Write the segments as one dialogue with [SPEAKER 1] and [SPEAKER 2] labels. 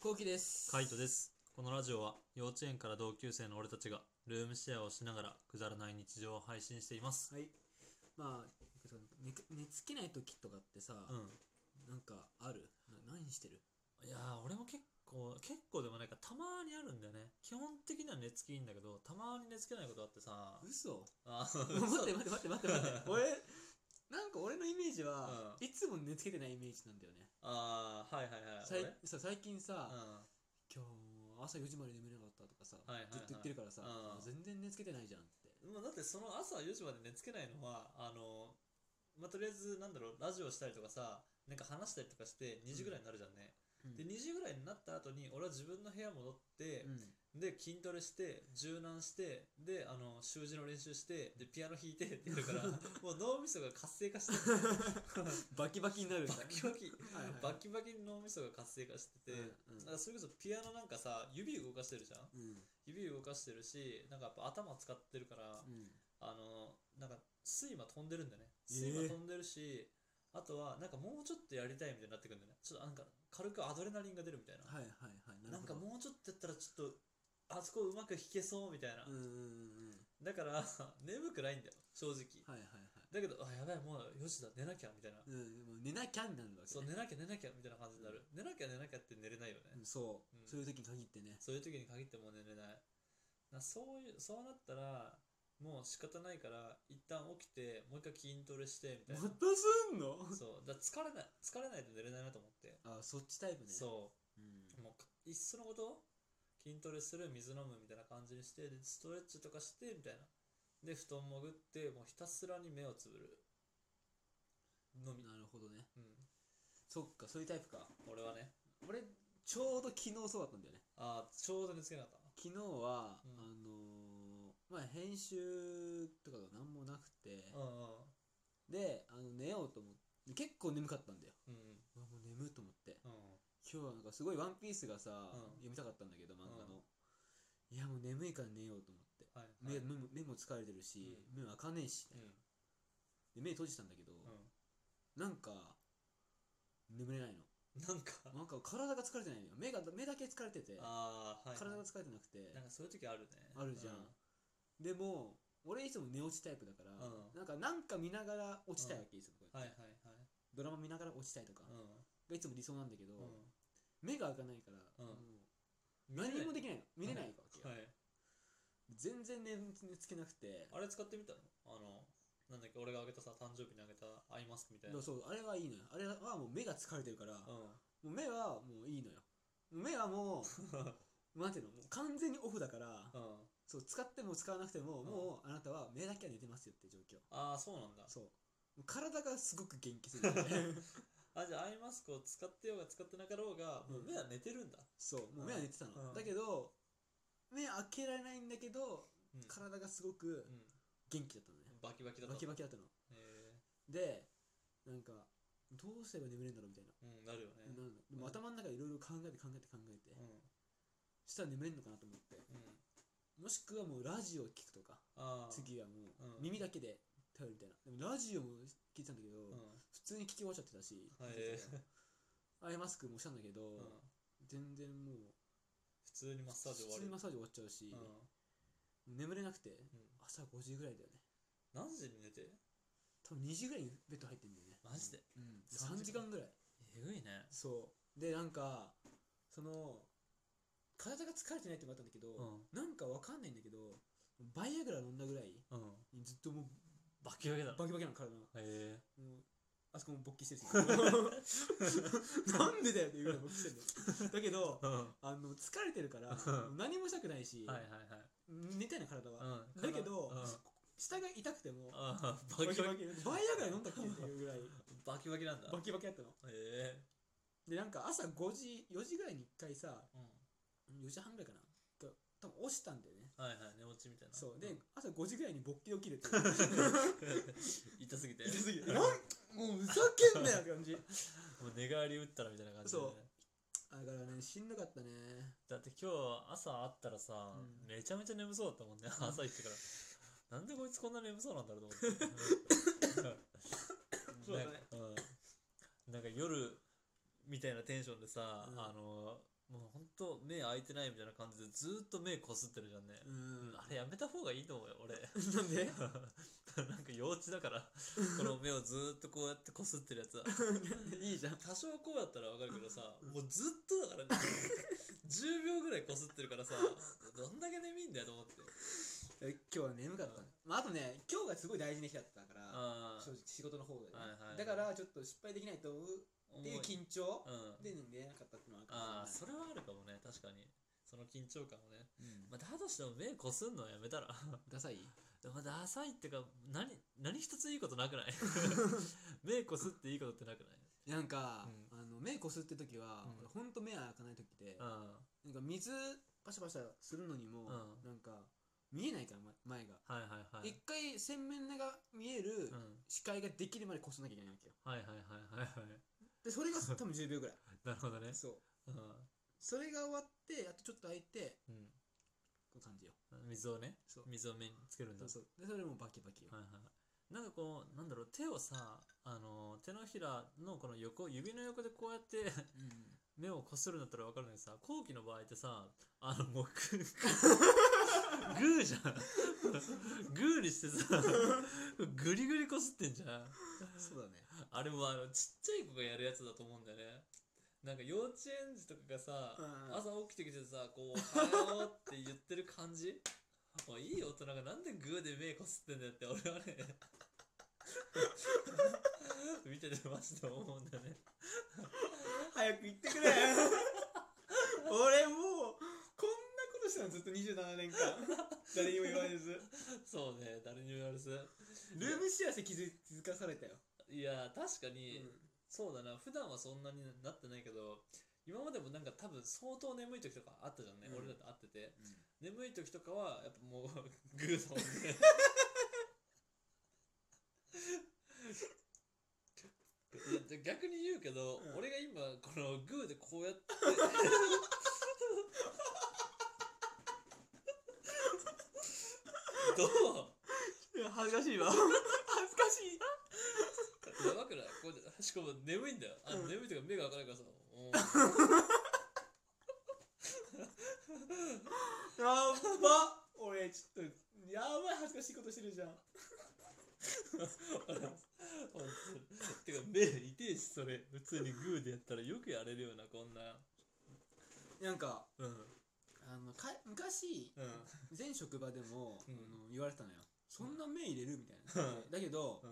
[SPEAKER 1] こうきです。
[SPEAKER 2] カイトです。このラジオは幼稚園から同級生の俺たちがルームシェアをしながらくだらない日常を配信しています。
[SPEAKER 1] はい。まあ、寝か寝つけない時とかってさ、
[SPEAKER 2] う
[SPEAKER 1] なんかあるな何してる
[SPEAKER 2] ん。いやー、俺も結構、結構でもないか、たまにあるんだよね。基本的には寝つきいいんだけど、たまに寝つけないことあ ってさ。
[SPEAKER 1] 嘘
[SPEAKER 2] あ
[SPEAKER 1] 待って 待って待って待って待っ て。俺、なんか俺のイメージは、
[SPEAKER 2] う
[SPEAKER 1] いつも寝つけてないイメージなんだよね。
[SPEAKER 2] あー、はいはいはい。
[SPEAKER 1] さい
[SPEAKER 2] 俺
[SPEAKER 1] そう最近さ、
[SPEAKER 2] うん。
[SPEAKER 1] 今日朝4時まで眠れなかったとかさ、
[SPEAKER 2] はいはいはい
[SPEAKER 1] ずっと言ってるからさ、
[SPEAKER 2] うん
[SPEAKER 1] 全然寝つけてないじゃんって。
[SPEAKER 2] まあ、だってその朝4時まで寝つけないのはあの、まあ、とりあえずなんだろうラジオしたりとかさなんか話したりとかして2時ぐらいになるじゃんね、
[SPEAKER 1] うん
[SPEAKER 2] で2時ぐらいになった後に俺は自分の部屋戻って
[SPEAKER 1] う、ん
[SPEAKER 2] で筋トレして柔軟してであの習字の練習してでピアノ弾いてって言うから もう脳みそが活性化してる
[SPEAKER 1] バキバキになるんだ
[SPEAKER 2] バキバキ
[SPEAKER 1] はいはい
[SPEAKER 2] バキバキに脳みそが活性化してて、
[SPEAKER 1] うんうん
[SPEAKER 2] だからそれこそピアノなんかさ指動かしてるじゃん
[SPEAKER 1] うん
[SPEAKER 2] 指動かしてるしなんかやっぱ頭使ってるから、
[SPEAKER 1] うん
[SPEAKER 2] あのなんか睡魔飛んでるんだよね
[SPEAKER 1] え
[SPEAKER 2] 睡魔飛んでるし、あとはなんかもうちょっとやりたいみたいになってくるんだよねちょっとなんか軽くアドレナリンが出るみたいな、
[SPEAKER 1] はいはいはい。る
[SPEAKER 2] なん
[SPEAKER 1] ほ
[SPEAKER 2] か
[SPEAKER 1] ど
[SPEAKER 2] もうちょっとやったらちょっとあそこうまく弾けそうみたいな、
[SPEAKER 1] うんうんうんうん。
[SPEAKER 2] だから 眠くないんだよ正直、
[SPEAKER 1] はいはいはい。
[SPEAKER 2] だけどあやばいもう4時だ寝なきゃみたいな、
[SPEAKER 1] うん、もう寝なきゃになるわけ、ね、
[SPEAKER 2] そう寝なきゃ寝なきゃみたいな感じになる、寝なきゃ寝なきゃって寝れないよね、
[SPEAKER 1] うんそう、
[SPEAKER 2] うん
[SPEAKER 1] そういう時に限ってね
[SPEAKER 2] そういう時に限ってもう寝れない。なそういう、そうなったら、もう仕方ないから、一旦起きて、もう一回筋トレして、みたいな。
[SPEAKER 1] すんの
[SPEAKER 2] そう。だから疲れない、疲れないと寝れないなと思って。
[SPEAKER 1] あそっちタイプね、
[SPEAKER 2] そう
[SPEAKER 1] ん、
[SPEAKER 2] う。もうか、いっそのこと、筋トレする、水飲むみたいな感じにして、でストレッチとかして、みたいな。で、布団潜って、もうひたすらに目をつぶる。のみ。
[SPEAKER 1] なるほどね
[SPEAKER 2] うん。
[SPEAKER 1] そっかそういうタイプか
[SPEAKER 2] 俺はね、
[SPEAKER 1] 俺ちょうど昨日そうだったんだよね
[SPEAKER 2] ああ、ちょうど寝つけなかった。
[SPEAKER 1] 昨日は、
[SPEAKER 2] うん
[SPEAKER 1] あのーまあ編集とかが何もなくて
[SPEAKER 2] う、んうん。
[SPEAKER 1] であの寝ようと思って結構眠かったんだよ
[SPEAKER 2] う
[SPEAKER 1] う
[SPEAKER 2] ん
[SPEAKER 1] わもう眠いと思って
[SPEAKER 2] うん。うん。
[SPEAKER 1] 今日はなんかすごい「ワンピースがさ、
[SPEAKER 2] ん
[SPEAKER 1] 読みたかったんだけど漫画
[SPEAKER 2] う
[SPEAKER 1] の、いやもう眠いから寝ようと思って
[SPEAKER 2] はい、はい。
[SPEAKER 1] 目,、目も目も疲れてるし、目も開かねえし、
[SPEAKER 2] うん。
[SPEAKER 1] で目閉じたんだけど、
[SPEAKER 2] う
[SPEAKER 1] なんか眠れないの
[SPEAKER 2] ん。なんか、
[SPEAKER 1] なんか体が疲れてないのよ目が目だけ疲れてて
[SPEAKER 2] ああはい、
[SPEAKER 1] 体
[SPEAKER 2] は
[SPEAKER 1] が
[SPEAKER 2] い、
[SPEAKER 1] 疲れてなくて
[SPEAKER 2] なんかそういう時あるね
[SPEAKER 1] あるじゃんでも俺いつも寝落ちタイプだから、
[SPEAKER 2] うん
[SPEAKER 1] なんかなんか見ながら落ちたいわけですよ、こう
[SPEAKER 2] うん、
[SPEAKER 1] や
[SPEAKER 2] は
[SPEAKER 1] っ
[SPEAKER 2] い
[SPEAKER 1] て
[SPEAKER 2] はいはい
[SPEAKER 1] ドラマ見ながら落ちたいとか、
[SPEAKER 2] う
[SPEAKER 1] がいつも理想なんだけど、
[SPEAKER 2] ん、うん、
[SPEAKER 1] 目が開かないから、
[SPEAKER 2] うん
[SPEAKER 1] もう
[SPEAKER 2] 見
[SPEAKER 1] 何
[SPEAKER 2] れない
[SPEAKER 1] もできないの見れないわけよ、
[SPEAKER 2] はい
[SPEAKER 1] 全然寝寝つけなくて
[SPEAKER 2] あれ使ってみたのあのなんだっけ俺があげたさ誕生日にあげたアイマスクみたいな
[SPEAKER 1] そうそうあれはいいのよあれはもう目が疲れてるから、
[SPEAKER 2] うん
[SPEAKER 1] もう目はもういいのよ目はも うなんていうのもう完全にオフだから、
[SPEAKER 2] うん
[SPEAKER 1] そう使っても使わなくても、
[SPEAKER 2] ん
[SPEAKER 1] もうあなたは目だけは寝てますよって状況
[SPEAKER 2] ああそうなんだ
[SPEAKER 1] そうもう体がすごく元気す るよね
[SPEAKER 2] あじゃあアイマスクを使ってようが使ってなかろうがもう
[SPEAKER 1] うん
[SPEAKER 2] 目は寝てるんだ、
[SPEAKER 1] そうもう目は寝てたの、
[SPEAKER 2] うん
[SPEAKER 1] だけど目開けられないんだけど
[SPEAKER 2] うん、
[SPEAKER 1] 体がすごく
[SPEAKER 2] うん
[SPEAKER 1] 元気だったのね、
[SPEAKER 2] バキバキだった
[SPEAKER 1] バキバキだったの
[SPEAKER 2] え
[SPEAKER 1] でなんかどうすれば眠れるんだろうみたいな,、
[SPEAKER 2] ー、うんなるよねう
[SPEAKER 1] なんかでも頭の中でいろいろ考えて考えて考えて、
[SPEAKER 2] ん
[SPEAKER 1] したら眠れるのかなと思って
[SPEAKER 2] うん
[SPEAKER 1] もしくはもうラジオを聞くとか
[SPEAKER 2] ああ
[SPEAKER 1] 次はも
[SPEAKER 2] う
[SPEAKER 1] うん耳だけで頼るみたいなでもラジオも聞いてたんだけど、
[SPEAKER 2] うん
[SPEAKER 1] 普通に聞き終わっちゃってたし、
[SPEAKER 2] はい
[SPEAKER 1] 見てたよアイマスクもしたんだけど、
[SPEAKER 2] うん、
[SPEAKER 1] 全然もう
[SPEAKER 2] 普通にマッサージ終わ
[SPEAKER 1] 普
[SPEAKER 2] る
[SPEAKER 1] 通にマッサージ終わっちゃうし、
[SPEAKER 2] うん
[SPEAKER 1] 眠れなくて
[SPEAKER 2] うん、
[SPEAKER 1] 朝5時ぐらいだよね
[SPEAKER 2] 何時に寝て
[SPEAKER 1] 多分2時ぐらいにベッド入ってんだよね
[SPEAKER 2] マジで
[SPEAKER 1] うん、
[SPEAKER 2] 3
[SPEAKER 1] 3時間ぐらい
[SPEAKER 2] えぐいね
[SPEAKER 1] そうでなんかその体が疲れてないってのもあったんだけど、
[SPEAKER 2] う
[SPEAKER 1] なんかわかんないんだけどバイアグラ飲んだぐらい
[SPEAKER 2] んうん
[SPEAKER 1] ずっともう
[SPEAKER 2] バキバキだろ
[SPEAKER 1] バキバキなの体が
[SPEAKER 2] へえ
[SPEAKER 1] もうあそこも勃起 してるしなんでだよっていうぐらい勃起してるのだけど
[SPEAKER 2] うんは
[SPEAKER 1] あの疲れてるから
[SPEAKER 2] うん
[SPEAKER 1] 何もしたくないし、
[SPEAKER 2] いはいはい
[SPEAKER 1] 寝たいの体は、
[SPEAKER 2] うん
[SPEAKER 1] だけど
[SPEAKER 2] うん
[SPEAKER 1] 下が痛くても
[SPEAKER 2] あー
[SPEAKER 1] バ
[SPEAKER 2] バ
[SPEAKER 1] キ
[SPEAKER 2] キ
[SPEAKER 1] バ
[SPEAKER 2] バ
[SPEAKER 1] キ
[SPEAKER 2] キ
[SPEAKER 1] バイアグラ飲んだっけっていうぐらい
[SPEAKER 2] バキバキなんだ
[SPEAKER 1] バキバキやったの
[SPEAKER 2] へえ
[SPEAKER 1] でなんか朝5時4時ぐらいに1回さ
[SPEAKER 2] うん
[SPEAKER 1] 4時半ぐらいかなが多分落ちたんだよね
[SPEAKER 2] はいはい寝落ちみたいな
[SPEAKER 1] そうで
[SPEAKER 2] ん
[SPEAKER 1] 朝5時ぐらいに勃起起きるっていう
[SPEAKER 2] 痛すぎて
[SPEAKER 1] 痛すぎて
[SPEAKER 2] う
[SPEAKER 1] なんん
[SPEAKER 2] も
[SPEAKER 1] もうふざけんなよって感じ
[SPEAKER 2] う寝返り打ったらみたいな感じでね
[SPEAKER 1] そうだからねしんどかったね
[SPEAKER 2] だって今日朝会ったらさ
[SPEAKER 1] うん
[SPEAKER 2] めちゃめちゃ眠そうだったもんね朝行ってからなんでこいつこんな眠そうなん だろうと思って
[SPEAKER 1] そうだね
[SPEAKER 2] なんかうんなんか夜みたいなテンションでさ、
[SPEAKER 1] うん
[SPEAKER 2] あのもう本当目開いてないみたいな感じでずーっと目こすってるじゃんね、
[SPEAKER 1] う
[SPEAKER 2] うん
[SPEAKER 1] ん
[SPEAKER 2] あれやめた方がいいと思うよ俺
[SPEAKER 1] なん で
[SPEAKER 2] なんか幼稚だからこの目をずーっとこうやってこすってるやつはい
[SPEAKER 1] いじゃん
[SPEAKER 2] 多少こうやったらわかるけどさもうずっとだからね 10秒ぐらいこすってるからさどんだけ眠いんだよと思って
[SPEAKER 1] え今日は眠かったね、まあ、あとね今日がすごい大事な日だったから
[SPEAKER 2] あ
[SPEAKER 1] 正直仕事の方でね、
[SPEAKER 2] はいはいはい
[SPEAKER 1] だからちょっと失敗できないと思う
[SPEAKER 2] あ
[SPEAKER 1] っていう緊張
[SPEAKER 2] うん
[SPEAKER 1] で寝れなかったっていうのはあるかも
[SPEAKER 2] ああ
[SPEAKER 1] し
[SPEAKER 2] それはあるかもね確かにその緊張感をね、
[SPEAKER 1] れない、うん
[SPEAKER 2] まあ、だとしても目こすんのはやめたら
[SPEAKER 1] ダサい
[SPEAKER 2] でもダサいってか何何一ついいことなくない 目こすっていいことってなくない
[SPEAKER 1] なんか、
[SPEAKER 2] う
[SPEAKER 1] あの目こすって時は、
[SPEAKER 2] うん
[SPEAKER 1] 俺ほんと目開かない時で、
[SPEAKER 2] う
[SPEAKER 1] な
[SPEAKER 2] ん
[SPEAKER 1] んか水パシャパシャするのにも、
[SPEAKER 2] ん
[SPEAKER 1] なんか見えないから前前が、
[SPEAKER 2] はいはいはい
[SPEAKER 1] 一回洗面台が見える
[SPEAKER 2] うん
[SPEAKER 1] 視界ができるまでこすんなきゃいけないわけよ
[SPEAKER 2] はいはいはいはいはい
[SPEAKER 1] でそれ が多分10秒ぐらい
[SPEAKER 2] なるほどね
[SPEAKER 1] そう
[SPEAKER 2] うん
[SPEAKER 1] それが終わってあとちょっと開いて
[SPEAKER 2] うん
[SPEAKER 1] こう感じよ
[SPEAKER 2] 水をね
[SPEAKER 1] そう
[SPEAKER 2] 水を目につけるんだ
[SPEAKER 1] そうそうでそれもバキバキよ、
[SPEAKER 2] はいはい、なんかこうなんだろう手をさあの手のひらのこの横指の横でこうやって
[SPEAKER 1] うん
[SPEAKER 2] 目をこするんだったら分かるんだけどさ後期の場合ってさあのもうグーグーじゃんグーにしてさグリグリこすってんじゃん
[SPEAKER 1] そうだね
[SPEAKER 2] あれもあのちっちゃい子がやるやつだと思うんだよねなんか幼稚園児とかがさ、
[SPEAKER 1] うん
[SPEAKER 2] 朝起きてきてさこう「はよう」って言ってる感 じもういい大人がなんでグーで目こすってんだよって俺 はね見ててマジで思うんだよね
[SPEAKER 1] 早く言ってくれ 俺もうこんなことしたのずっと27年間誰にも言われず
[SPEAKER 2] そうね誰にも言われず
[SPEAKER 1] ルームシェアして気づ気づかされたよ、
[SPEAKER 2] いや確か
[SPEAKER 1] う
[SPEAKER 2] に、
[SPEAKER 1] ん
[SPEAKER 2] そうだな普段はそんなになってないけど今までもなんか多分相当眠い時とかあったじゃんね、
[SPEAKER 1] うん
[SPEAKER 2] 俺だって会ってて眠い時とかはやっぱもう グーだもんねで逆に言うけど、
[SPEAKER 1] うん
[SPEAKER 2] 俺が今このグーでこう やってどう
[SPEAKER 1] いや恥ずかしいわ恥ずかしい
[SPEAKER 2] やばくないこうしかも眠いんだよあ、
[SPEAKER 1] うん
[SPEAKER 2] 眠いというか目が開かないからさもう
[SPEAKER 1] やっば俺ちょっとやばい恥ずかしいことしてるじゃん
[SPEAKER 2] 本当にてか目痛えしそれ普通にグーでやったらよくやれるようなこんな
[SPEAKER 1] なんか
[SPEAKER 2] うん
[SPEAKER 1] あのか昔
[SPEAKER 2] うん
[SPEAKER 1] 前職場でも、
[SPEAKER 2] うん
[SPEAKER 1] あの言われてたのよそんな目入れるみたいな、
[SPEAKER 2] うん
[SPEAKER 1] だけど、
[SPEAKER 2] うん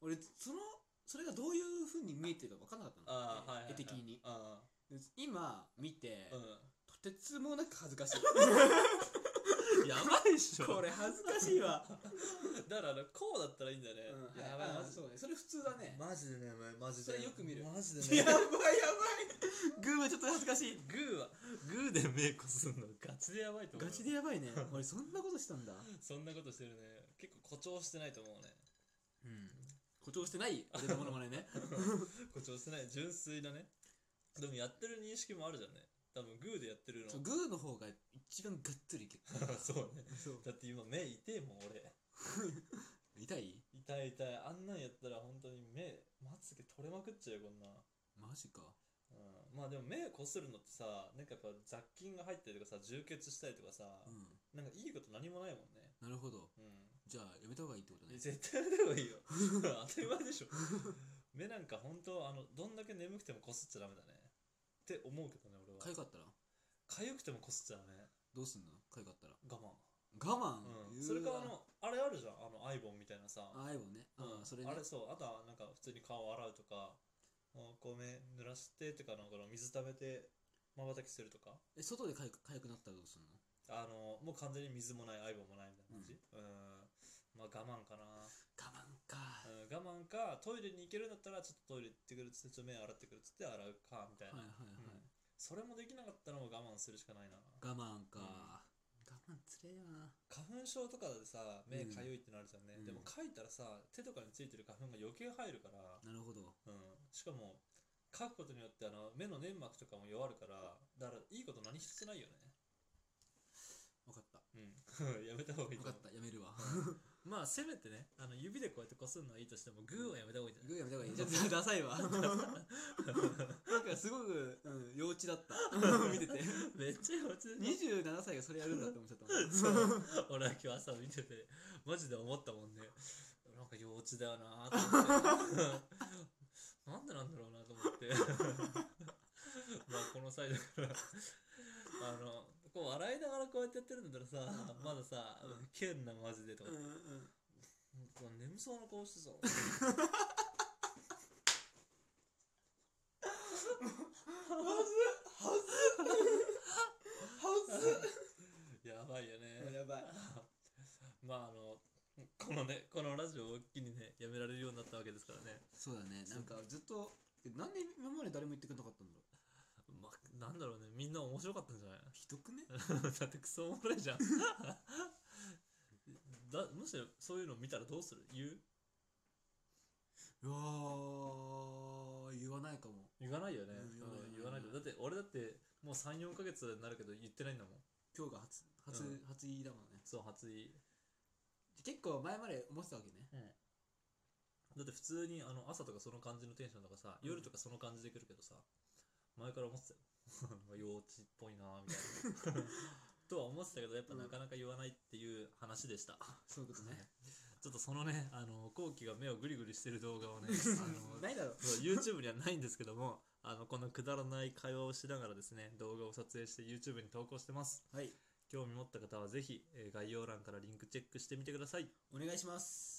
[SPEAKER 1] 俺そのそれがどういうふうに見えてるか分からなかったの、
[SPEAKER 2] ああはいはい、はい、
[SPEAKER 1] 絵的に
[SPEAKER 2] あ
[SPEAKER 1] で今見て、
[SPEAKER 2] あう
[SPEAKER 1] とてつもなく恥ずか しい
[SPEAKER 2] んやばいっしょ
[SPEAKER 1] これ恥ずかしい わ、
[SPEAKER 2] だからあのこうだったらいいんだよね、
[SPEAKER 1] うん、
[SPEAKER 2] やばい
[SPEAKER 1] あ
[SPEAKER 2] マジで
[SPEAKER 1] そうねそれ普通だ ね
[SPEAKER 2] マジでねお前マジで
[SPEAKER 1] それよく見る
[SPEAKER 2] マジで
[SPEAKER 1] や
[SPEAKER 2] ね
[SPEAKER 1] ばいやばいグーはちょっと恥ずかしい
[SPEAKER 2] グーはグーで目こすんのガチでやばいと思
[SPEAKER 1] ガ
[SPEAKER 2] うよ
[SPEAKER 1] チでやばいね 俺そんなことしたんだ
[SPEAKER 2] そんなことしてるね結構誇張してないと思うね
[SPEAKER 1] うん誇張してない俺のものまねね
[SPEAKER 2] 誇張してない純粋だねでもやってる認識もあるじゃんね多分グーでやってるの
[SPEAKER 1] そうグーの方が一番がっつりいける
[SPEAKER 2] そうね
[SPEAKER 1] そう
[SPEAKER 2] だって今目痛えもん俺
[SPEAKER 1] 痛い
[SPEAKER 2] 痛い痛いあんなんやったら本当に目まつげ取れまくっちゃうよこんな、
[SPEAKER 1] マジか
[SPEAKER 2] うん、まあでも目こするのってさなんかやっぱ雑菌が入ったりとかさ充血したりとかさ、
[SPEAKER 1] うん
[SPEAKER 2] なんかいいこと何もないもんね
[SPEAKER 1] なるほど
[SPEAKER 2] うん
[SPEAKER 1] じゃあやめた方がいいってこと
[SPEAKER 2] いや
[SPEAKER 1] ね
[SPEAKER 2] 絶対やめた方がいいよ 当たり前でしょ目なんか本当あのどんだけ眠くてもこすっちゃダメだねって思うけどね俺は
[SPEAKER 1] かゆかったら
[SPEAKER 2] かゆくてもこすっちゃダメ
[SPEAKER 1] どうすんのかゆかったら
[SPEAKER 2] 我慢
[SPEAKER 1] 我慢、
[SPEAKER 2] うん、それかあのあれあるじゃんあのアイボンみたいなさ
[SPEAKER 1] ああいもね
[SPEAKER 2] う
[SPEAKER 1] あ
[SPEAKER 2] ん
[SPEAKER 1] それね
[SPEAKER 2] あれそうあとはなんか普通に顔洗うとかお米濡らしてとかなんかの水食べてまばたきするとか
[SPEAKER 1] え外でかゆくかゆくなったらどうすんの
[SPEAKER 2] あのもう完全に水もないアイボンもないみたいな感じうん、まあ我慢かな、
[SPEAKER 1] 我慢か
[SPEAKER 2] うん、我慢かトイレに行けるんだったらちょっとトイレ行ってくるっつってちょっと目洗ってくるっつって洗うかみたい
[SPEAKER 1] はい
[SPEAKER 2] な、
[SPEAKER 1] はいは、
[SPEAKER 2] うんそれもできなかったらもう我慢するしかないない
[SPEAKER 1] 我慢か、我慢つれえよな
[SPEAKER 2] 花粉症とかでさ目かゆいってなるじゃんね、
[SPEAKER 1] うん
[SPEAKER 2] でもかいたらさ手とかについてる花粉が余計入るから
[SPEAKER 1] なるほど
[SPEAKER 2] うん、しかも書くことによってあの目の粘膜とかも弱るからだからいいこと何一つないよね
[SPEAKER 1] 分かった
[SPEAKER 2] うん やめた方がいい
[SPEAKER 1] 分
[SPEAKER 2] と
[SPEAKER 1] か
[SPEAKER 2] 思
[SPEAKER 1] ったやめるわ
[SPEAKER 2] うまあせめてねあの指でこうやってこするのはいいとしてもグーはやめた方がいいんじゃ
[SPEAKER 3] グー
[SPEAKER 2] ない
[SPEAKER 3] やめた方 がいい
[SPEAKER 1] ちょっとダサいわなんかすごく、うん、幼稚だった 見てて
[SPEAKER 2] めっちゃ幼稚でし
[SPEAKER 1] 27歳がそれやるんだって思っちゃったもん
[SPEAKER 2] ょそう俺は今日朝見ててマジで思ったもんねなんか幼稚だよなと思ってなんでなんだろうなと思ってまあこの際だからあのこう笑いながらこうやってやってるんだったらさまださ
[SPEAKER 1] う
[SPEAKER 2] 「けんなマジで」とか
[SPEAKER 1] うんうん
[SPEAKER 2] こう眠そうな顔してさやばい よ
[SPEAKER 3] うん
[SPEAKER 2] ね
[SPEAKER 3] やばい
[SPEAKER 2] まああのこのねこのラジオを一気にねやめられるようになったわけですからね
[SPEAKER 1] そうだねなんかずっとえなんで今まで誰も言ってくれなかったんだろう
[SPEAKER 2] まあなんだろうねみんな面白かったんじ ゃない
[SPEAKER 1] ひどくね
[SPEAKER 2] だってクソおもろいじゃん だむしろそういうの見たらどうする言う
[SPEAKER 1] うわー言わないかも
[SPEAKER 2] 言わないよね、
[SPEAKER 1] うん
[SPEAKER 2] うん言
[SPEAKER 1] 言
[SPEAKER 2] わ
[SPEAKER 1] わ
[SPEAKER 2] な
[SPEAKER 1] ないい
[SPEAKER 2] とだって俺だってもう34ヶ月になるけど言ってないんだもん
[SPEAKER 1] 今日が初初、
[SPEAKER 2] うん
[SPEAKER 1] 初言いだもんね
[SPEAKER 2] そう初言い
[SPEAKER 1] 結構前まで思ってたわけね
[SPEAKER 2] だって普通にあの朝とかその感じのテンションとかさ、
[SPEAKER 1] うん
[SPEAKER 2] 夜とかその感じで来るけどさ前から思ってたよ 幼稚っぽいなみたい なとは思ってたけどやっぱ
[SPEAKER 1] うん
[SPEAKER 2] なかなか言わないっていう話でした、
[SPEAKER 1] そういうことね
[SPEAKER 2] ちょっとそのねあの後期が目をグリグリしてる動画 をねあ の
[SPEAKER 1] ないだろう
[SPEAKER 2] そう YouTube にはないんですけどもあのこのくだらない会話をしながらですね動画を撮影して YouTube に投稿してます
[SPEAKER 1] はい
[SPEAKER 2] 興味持った方はぜひ、えー概要欄からリンクチェックしてみてください
[SPEAKER 1] お願いします